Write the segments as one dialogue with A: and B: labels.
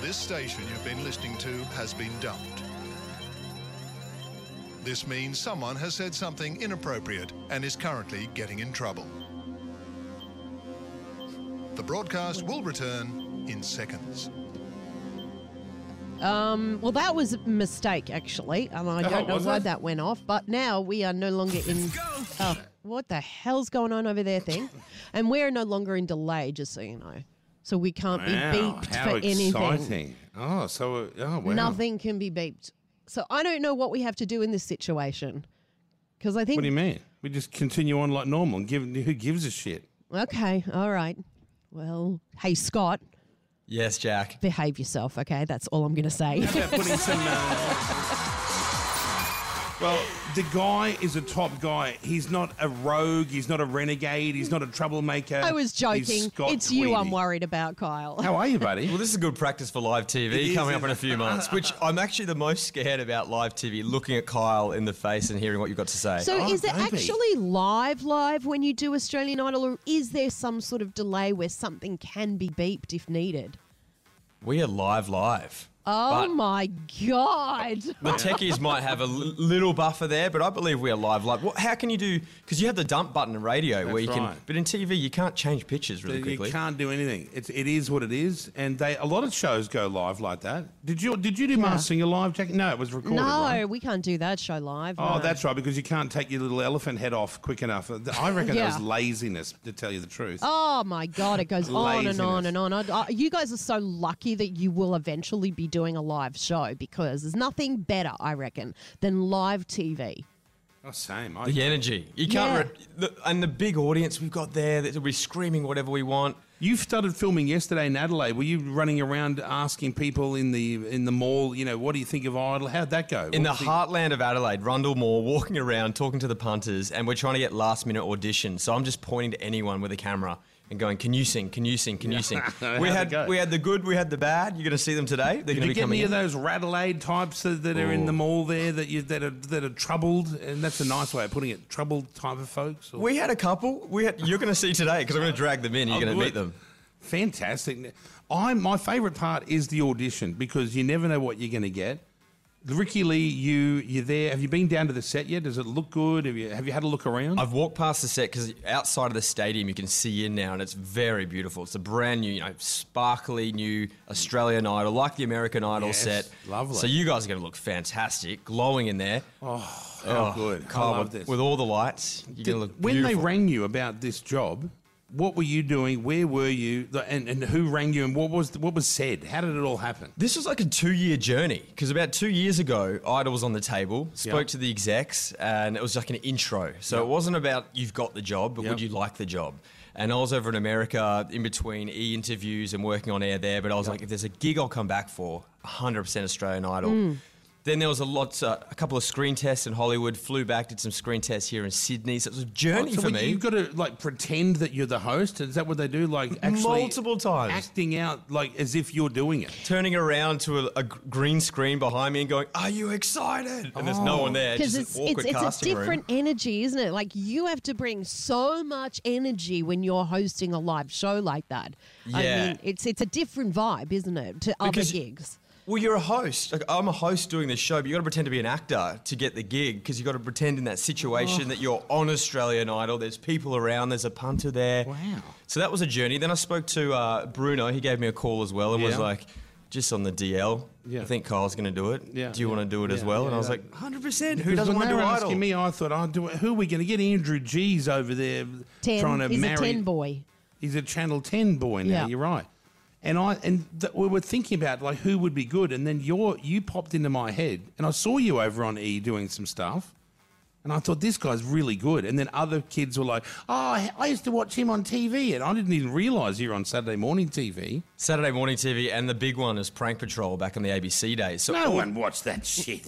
A: This station you've been listening to has been dumped. This means someone has said something inappropriate and is currently getting in trouble. The broadcast will return in seconds.
B: Um, well, that was a mistake, actually, and I don't know
C: Oh, was
B: why
C: it?
B: that went off. But now we are no longer in. Oh, what the hell's going on over there, thing? and we're no longer in delay, just so you know. So we can't be
C: Wow,
B: beeped
C: how
B: for
C: exciting.
B: anything.
C: Oh, so, uh, oh, wow.
B: Nothing can be beeped. So I don't know what we have to do in this situation, because I think.
C: What do you mean? We just continue on like normal. Give, who gives a shit?
B: Okay, all right. Well, hey Scott,
D: Yes, Jack.
B: behave yourself. Okay, that's all I'm gonna say.
C: about putting some. uh, Well, the guy is a top guy. He's not a rogue. He's not a renegade. He's not a troublemaker.
B: I was
C: He's
B: joking.
C: Scott
B: It's you I'm
C: Tweedy.
B: worried about, Kyle.
C: How are you,
D: Well,
C: buddy?
D: this is good practice for live
C: It
D: TV
C: is,
D: coming up
C: isn't
D: in a few months, which I'm actually the most scared about live TV, looking at Kyle in the face and hearing what you've got to say.
B: So
C: Oh,
B: is it
C: maybe.
B: actually live live when you do Australian Idol or is there some sort of delay where something can be beeped if needed?
D: we are live, live.
B: Oh
D: But
B: my god.
D: The techies might have a l- little buffer there, but I believe we are live, live. What, how can you do? Because you have the dump button in radio where
C: That's
D: you can,
C: right.
D: but in TV you can't change pictures really
C: You
D: quickly.
C: can't do anything. It's it is what it is, and they a lot of shows go live like that. Did you did you do Masked Singer live, Jack? No, it was recorded.
B: no,
C: right?
B: we can't do that show live.
C: Oh,
B: no.
C: that's right, because you can't take your little elephant head off quick enough. I reckon
B: Yeah.
C: that was laziness, to tell you the truth.
B: Oh my god, it goes on and on
C: Laziness.
B: and on. I, I, you guys are so lucky that you will eventually be doing a live show because there's nothing better, I reckon, than live TV.
C: Oh, same. I,
D: The energy you can't,
B: Yeah.
D: re- the, and the big audience we've got there that will be screaming whatever we want.
C: You started filming yesterday in Adelaide. Were you running around asking people in the in the mall, you know, what do you think of Idol? How'd that go?
D: In the
C: What was
D: heartland of Adelaide, Rundle Moor, walking around, talking to the punters, and we're trying to get last minute auditions. So I'm just pointing to anyone with a camera and going, "Can you sing? Can you sing? Can you sing?"
C: How'd
D: we
C: it
D: had
C: go?
D: we had the good, we had the bad. You're going to see them today. They're
C: Did
D: going to
C: you
D: be
C: get
D: coming.
C: any of
D: in.
C: those Radelaide types that, that are in the mall there that you that are that are troubled? And that's a nice way of putting it. Troubled type of folks. Or?
D: We had a couple. We had, you're going to see today because I'm going to drag them in. You're
C: Oh,
D: going to
C: good.
D: meet them.
C: Fantastic. I my favourite part is the audition because you never know what you're going to get. Ricky Lee, you you're there. Have you been down to the set yet? Does it look good? Have you have you had a look around?
D: I've walked past the set because outside of the stadium you can see in now, and it's very beautiful. It's a brand new, you know, sparkly new Australian Idol, like the American Idol
C: Yes,
D: set.
C: lovely.
D: So you guys are going to look fantastic, glowing in there.
C: How good.
D: Kyle,
C: I love
D: with,
C: this.
D: with all the lights, you're
C: Did-
D: gonna look
C: when
D: beautiful.
C: they rang you about this job, what were you doing? Where were you? The- And, and who rang you? And what was what was said? How did it all happen?
D: this was like a two-year journey because about two years ago, Idol was on the table, spoke
C: Yeah.
D: to the execs, and it was like an intro. So it wasn't about you've got the job, but would you like the job? And I was over in America in between e interviews and working on air there, but I was like, if there's a gig, I'll come back for 100% Australian Idol. Then there was a lot, uh, a couple of screen tests in Hollywood. Flew back, did some screen tests here in Sydney. Oh, So it was a journey
C: so
D: for
C: what-
D: me.
C: you've got to like pretend that you're the host. Is that what they do? Like actually
D: Multiple times.
C: acting out like as if you're doing it.
D: turning around to a, a g- green screen behind me and going, "Are you excited?" And there's no one there.
B: Because
D: Just
B: it's
D: an
B: it's,
D: awkward
B: it's a
D: casting room.
B: different energy, isn't it? Like you have to bring so much energy when you're hosting a live show like that. I
D: Yeah.
B: mean, it's it's a different vibe, isn't it, to
D: Because-
B: other gigs?
D: Well, you're a host. Like, I'm a host doing this show, but you got to pretend to be an actor to get the gig because you got to pretend in that situation that you're on Australian Idol. There's people around. There's a punter there.
C: Wow.
D: So that was a journey. Then I spoke to uh, Bruno. He gave me a call as well and was
C: Yeah.
D: like, "Just on the DL."
C: Yeah.
D: I think Kyle's going to do it.
C: Yeah,
D: do you
C: yeah,
D: want to do it as
C: yeah,
D: well? and
C: yeah,
D: I was
C: yeah.
D: like, "100%. Who
C: Because
D: doesn't
C: when
D: want to
C: they
D: do
C: were
D: Idol?"
C: asking me, I thought, oh, do, who are we going to get? Andrew G's over there
B: Ten
C: trying to
B: he's
C: marry.
B: a ten boy.
C: He's a Channel Ten boy now.
B: Yeah.
C: You're right. And I and th- we were thinking about like who would be good, and then your you popped into my head, and I saw you over on E doing some stuff, and I thought this guy's really good. And then other kids were like, "Oh, I I used to watch him on TV, and I didn't even realise you were on Saturday morning TV."
D: Saturday morning TV, and the big one is Prank Patrol back in the ABC days. So
C: No one watched that shit.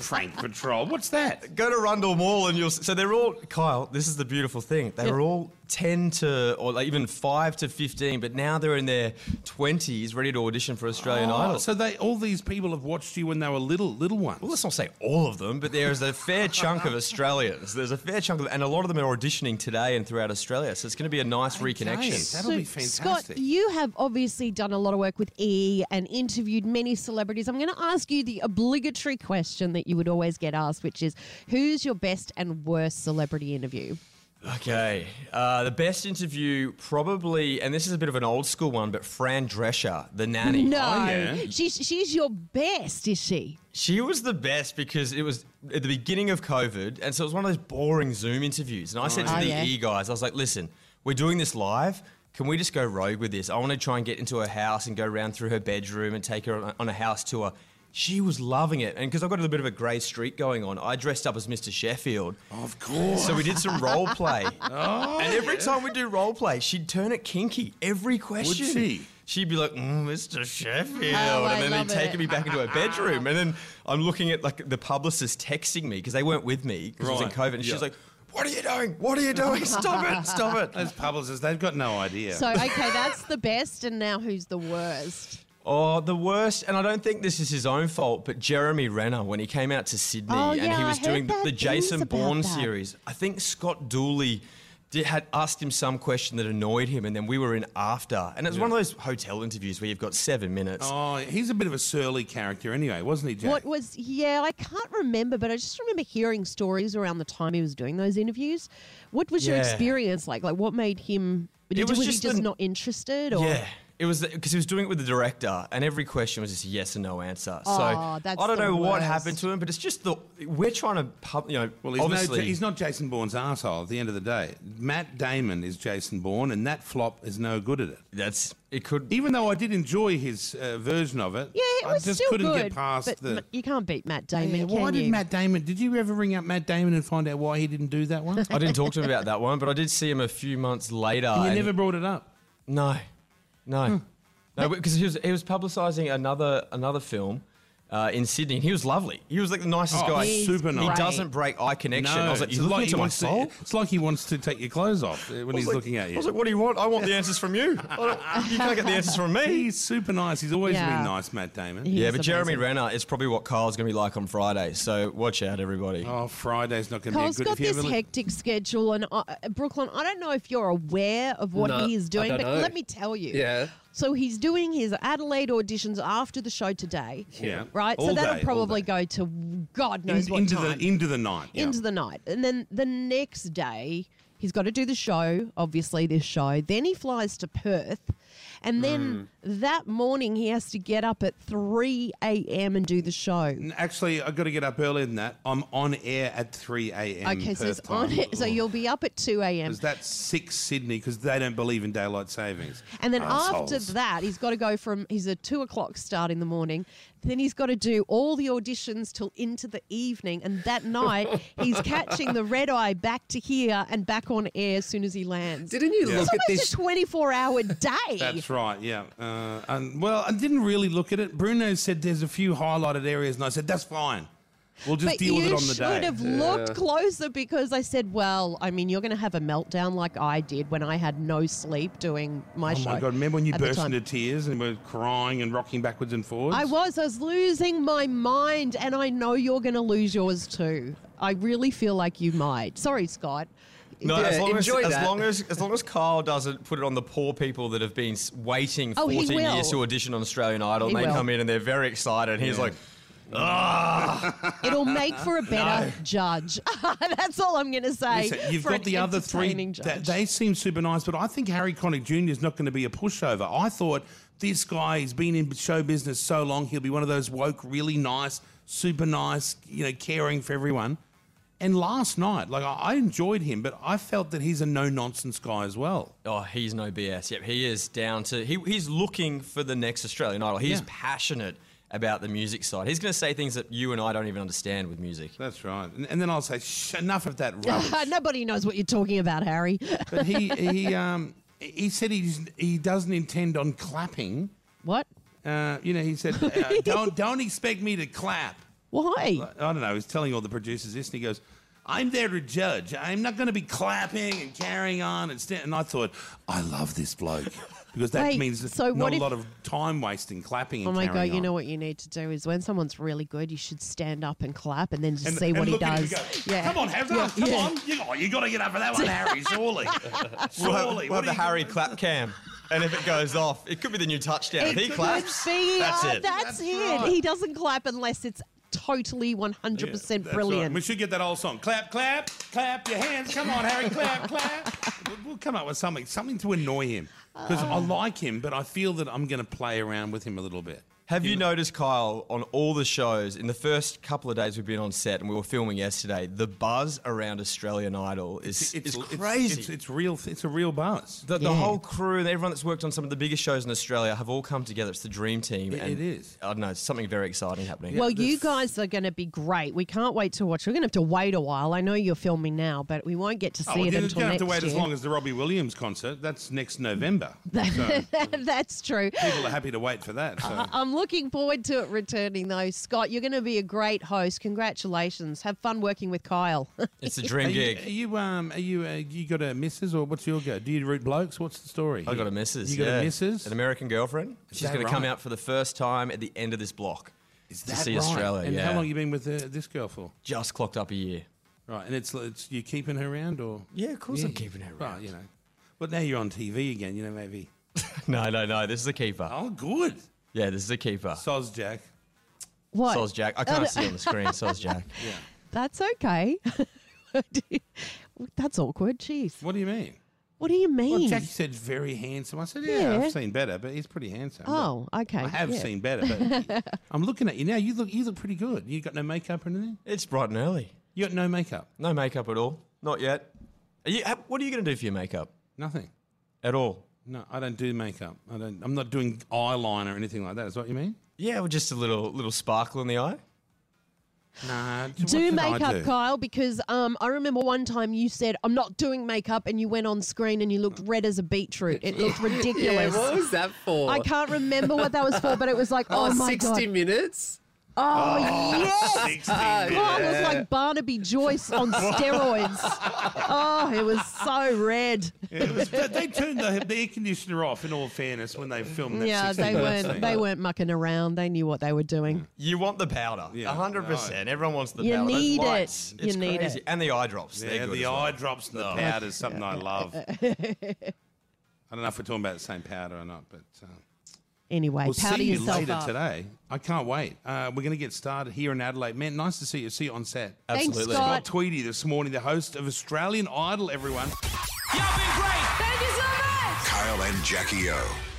C: Frank Patrol. What's that?
D: Go to Rundle Mall and you'll. s- So they're all Kyle. This is the beautiful thing. They were all ten to or like even five to fifteen, but now they're in their twenties, ready to audition for Australian
C: Oh,
D: Idol.
C: so they all these people have watched you when they were little little ones.
D: Well, let's not say all of them, but there's a fair chunk of Australians. There's a fair chunk of, and a lot of them are auditioning today and throughout Australia. So it's going to be a nice reconnection.
C: That'll be fantastic.
B: Scott, you have obviously done a lot of work with E and interviewed many celebrities. I'm going to ask you the obligatory question that you would always get asked, which is who's your best and worst celebrity interview?
D: Okay, uh, the best interview probably, and this is a bit of an old school one, but Fran Drescher, the nanny.
B: No,
C: yeah.
B: she's she's your best, is she?
D: She was the best because it was at the beginning of COVID, and so it was one of those boring Zoom interviews. And I said to
B: Oh,
D: the
B: yeah.
D: E guys, I was like, "Listen, we're doing this live. Can we just go rogue with this? I want to try and get into her house and go around through her bedroom and take her on a, on a house tour." She was loving it, and because I've got a little bit of a grey streak going on, I dressed up as Mr. Sheffield.
B: Oh,
C: of course.
D: So we did some role play.
C: Oh,
D: and every time we do role play, she'd turn it kinky every question.
C: she?
D: She'd be like, mm, "Mr. Sheffield,"
B: Oh, I
D: and then
B: love
D: they'd taken
B: it.
D: me back into her bedroom. And then I'm looking at like the publicist texting me because they weren't with me because it was in
C: Right,
D: COVID. And
C: yeah.
D: she's like, "What are you doing? What are you doing? Stop it! Stop it!"
C: those publicists, they've got no idea.
B: So okay, that's the best, and now who's the worst?
D: Oh, the worst. And I don't think this is his own fault, but Jeremy Renner when he came out to Sydney
B: Oh,
D: and
B: yeah,
D: he was
B: I heard
D: doing the,
B: bad
D: the Jason
B: things about
D: Bourne
B: that.
D: series. I think Scott Dooley did, had asked him some question that annoyed him, and then we were in after. And it was one of those hotel interviews where you've got seven minutes.
C: oh, he's a bit of a surly character anyway, wasn't he, Jack?
B: What was yeah? I can't remember, but I just remember hearing stories around the time he was doing those interviews. What was your
D: Yeah.
B: experience like? Like, what made him? Did,
D: was
B: was,
D: just
B: he just
D: an-
B: not interested? Or
D: Yeah. It was because he was doing it with the director, and every question was just a yes and no answer.
B: Aw,
D: so
B: that's
D: I don't
B: the
D: know what
B: worst.
D: happened to him, but it's just the we're trying to, pub, you know,
C: Well, he's,
D: obviously
C: no, he's not Jason Bourne's asshole. At the end of the day, Matt Damon is Jason Bourne, and that flop is no good at it.
D: that's it could
C: Even though I did enjoy his uh, version of it,
B: Yeah, it
C: I
B: was
C: just
B: still
C: couldn't
B: good.
C: get past
B: but
C: the.
B: Ma- you can't beat Matt Damon.
C: Yeah, why
B: can
C: did
B: you?
C: Matt Damon? Did you ever ring up Matt Damon and find out why he didn't do that one?
D: I didn't talk to him about that one, but I did see him a few months later.
C: you
D: and-
C: never brought it up.
D: No,
C: Hmm.
D: no, no, because he was he was publicising another another film. Uh, in Sydney, and he was lovely. He was like the nicest
C: Oh,
D: guy.
C: he's super
D: He
C: nice.
D: doesn't break eye connection. I was like,
C: it's
D: you looking into
C: he
D: my
C: wants to-
D: soul?
C: it's like he wants to take your clothes off uh, when he's
D: I was like-
C: looking at
D: I was
C: you.
D: like, what do you want? I want the answers from you. I don't- you can't get the answers from me.
C: He's super nice. He's always
B: Yeah.
C: been nice, Matt Damon.
B: He
D: Yeah,
B: is
D: but Jeremy
B: amazing.
D: Renner is probably what Kyle's going to be like on Friday. So watch out, everybody.
C: Oh, Friday's not going to be a
B: Cole's
C: good.
B: got
C: if you
B: this
C: ever look-
B: hectic schedule, and uh, Brooklyn, I don't know if you're aware of what
E: No,
B: he is
E: I
B: doing,
E: don't
B: but
E: know.
B: let me tell you.
E: Yeah.
B: So he's doing his Adelaide auditions after the show today.
C: Yeah.
B: Right? so
C: All
B: that'll
C: day, all
B: probably
C: day.
B: go to God
C: In-
B: knows what
C: into
B: time.
C: the into the night. yeah.
B: into the night. And then the next day, he's got to do the show, obviously, this show. Then he flies to Perth. And then
C: Hmm.
B: that morning, he has to get up at 3 a.m. and do the show.
C: Actually, I've got to get up earlier than that. I'm on air at 3 a.m.
B: Okay, so
C: Perth
B: it's on
C: time.
B: it. So you'll be up at 2 a.m.
C: Because that's 6 Sydney because they don't believe in daylight savings.
B: And then
C: Assholes.
B: after that, he's got to go from he's a two o'clock start in the morning. Then he's got to do all the auditions till into the evening, and that night he's catching the red eye back to here and back on air as soon as he lands.
E: Didn't you
C: Yeah.
E: look at
B: it's
E: this?
B: a twenty-four hour day.
C: That's right, yeah. Uh, and Well, I didn't really look at it. Bruno said there's a few highlighted areas, and I said, that's fine. We'll just
B: but
C: deal with
B: you
C: it on the
B: should
C: day.
B: have looked closer because I said, "Well, I mean, you're going to have a meltdown like I did when I had no sleep doing my
C: Oh
B: show."
C: my god! Remember when you
B: at the
C: burst
B: time.
C: into tears and were crying and rocking backwards and forwards?
B: I was. I was losing my mind, and I know you're going to lose yours too. I really feel like you might. Sorry, Scott.
D: No,
E: Yeah,
D: as, long as,
E: enjoy
D: as
E: that.
D: long as as long as Kyle doesn't put it on the poor people that have been s- waiting
B: Oh, he
D: 14 years
B: will.
D: to audition on Australian Idol,
B: He
D: and they
B: will.
D: come in and they're very excited. And he's like,
B: It'll make for a better judge. That's all I'm going to say.
C: Listen, you've
B: for
C: got
B: an
C: the other three.
B: entertaining
C: That,
B: judge.
C: they seem super nice, but I think Harry Connick Jr. is not going to be a pushover. I thought this guy has been in show business so long, he'll be one of those woke, really nice, super nice, you know, caring for everyone. And last night, like I, I enjoyed him, but I felt that he's a no nonsense guy as well.
D: oh, he's no BS. Yep, he is down to he, he's looking for the next Australian Idol. He's
C: Yeah.
D: passionate about the music side. He's going to say things that you and I don't even understand with music.
C: That's right. And, and then I'll say, Shh, enough of that rubbish.
B: Nobody knows what you're talking about, Harry.
C: but he he um he said he's, he doesn't intend on clapping.
B: what?
C: Uh, you know, he said, uh, "Don't don't expect me to clap."
B: Why?
C: I don't know. He's telling all the producers this, and he goes, "I'm there to judge. I'm not going to be clapping and carrying on and st-. And I thought, I love this bloke because that
B: Wait,
C: means
B: so
C: not
B: what
C: a
B: if-
C: lot of time wasting clapping. And
B: Oh my god!
C: carrying
B: You
C: on.
B: know what you need to do is when someone's really good, you should stand up and clap, and then just
C: And-
B: see
C: and
B: what he
C: look at him
B: does.
C: and go, Come on, Hazard.
B: Yeah,
C: come
B: yeah.
C: on. You, oh, you got to get up for that one, Harry. Surely.
D: We'll have,
C: Surely.
D: we'll
C: What
D: have the
C: are you-
D: Harry clap cam. And if it goes off, it could be the new touchdown.
B: It
D: if he
B: could
D: claps,
B: be,
D: that's
B: uh,
D: it.
B: That's,
C: That's
B: it.
C: right.
B: He doesn't clap unless it's totally one hundred percent
C: That's right.
B: brilliant.
C: We should get that old song. Clap, clap, clap your hands. Come on, Harry, clap, clap. We'll- We'll come up with something, something to annoy him. Because I like him, but I feel that I'm going to play around with him a little bit.
D: Have you noticed, Kyle, on all the shows, in the first couple of days we've been on set and we were filming yesterday, the buzz around Australian Idol is, is
C: It's,
D: crazy.
C: it's, it's real. It's a real buzz.
D: the, the
B: Yeah.
D: whole crew, everyone that's worked on some of the biggest shows in Australia, have all come together. It's the dream team.
C: It-
D: and
C: it is.
D: I don't know. It's something very exciting happening.
B: well,
C: the
B: you
C: f-
B: guys are going to be great. We can't wait to watch. We're going to have to wait a while. I know you're filming now, but we won't get to see
C: oh,
B: it
C: you
B: until
C: don't have
B: next
C: to wait
B: year.
C: as long as the Robbie Williams concert. That's next November. so
B: That's true.
C: people are happy to wait for that. So.
B: I'm looking forward to it returning, though. Scott, you're going to be a great host. Congratulations. Have fun working with Kyle.
D: It's the dream
C: Are you,
D: gig.
C: are you um are you uh, you got a missus or what's your go? Do you root blokes? What's the story?
D: I got a missus.
C: You got
D: yeah.
C: a missus?
D: An American girlfriend. She's
C: that
D: going to come
C: right?
D: out for the first time at the end of this block.
C: Is
D: to see Australia,
C: And
D: yeah.
C: how long you been with uh, this girl for?
D: Just clocked up a year.
C: Right, and it's it's you keeping her around or?
D: Yeah, of course I'm keeping her
C: Right,
D: around.
C: you know. But now you're on TV again. You know maybe.
D: No, no, no. This is a keeper.
C: Oh, good.
D: Yeah, this is a keeper.
C: Soz Jack.
B: what?
D: Soz Jack. I can't see on the screen. Soz Jack.
B: That's okay. That's awkward. Jeez.
C: What do you mean?
B: What do you
C: Well,
B: mean?
C: Jackie said very handsome. I said, yeah,
B: Yeah.
C: I've seen better, but he's pretty handsome.
B: oh, okay.
C: I have
B: yeah.
C: seen better, but I'm looking at you now. You look you look pretty good. You got no makeup or anything.
D: It's bright and early.
C: You got no makeup.
D: No makeup at all. Not yet. Are you, ha- what are you going to do for your makeup?
C: Nothing.
D: At all?
C: No, I don't do makeup. I don't. I'm not doing eyeliner or anything like that. Is what you mean?
D: Yeah, well, just a little little sparkle in the eye.
C: Nah.
B: Do makeup, Kyle, because um, I remember one time you said, I'm not doing makeup, and you went on screen and you looked red as a beetroot. It looked ridiculous.
E: what was that for?
B: I can't remember what that was for, but it was like, oh,
E: Oh,
B: my
E: 60
B: God.
E: minutes?
B: Oh, yes.
E: Oh,
B: Kyle was like Barnaby Joyce on steroids. oh, it was so red.
C: they turned the, the air conditioner off. In all fairness, when they filmed that.
B: Yeah,
C: 16
B: they
C: minute
B: weren't
C: scene.
B: they weren't mucking around. They knew what they were doing.
D: You want the powder.
C: Yeah,
D: 100%. Everyone wants the
B: You
D: powder. Those
B: need it.
D: lights.
B: You
D: It's
B: need
D: crazy.
B: it.
D: And the eye drops. They're
C: Yeah,
D: good
C: the
D: as well.
C: eye drops and the powder is something I love. I don't know if we're talking about the same powder or not, but uh,
B: Anyway,
C: we'll
B: powder
C: see you
B: yourself
C: later
B: up.
C: today. I can't wait. Uh, we're going to get started here in Adelaide. Man, nice to see you. See you on set.
B: Thanks,
D: Absolutely.
B: Scott.
C: Scott Tweedy this morning, the host of Australian Idol. Everyone.
F: Kyle and Jackie O.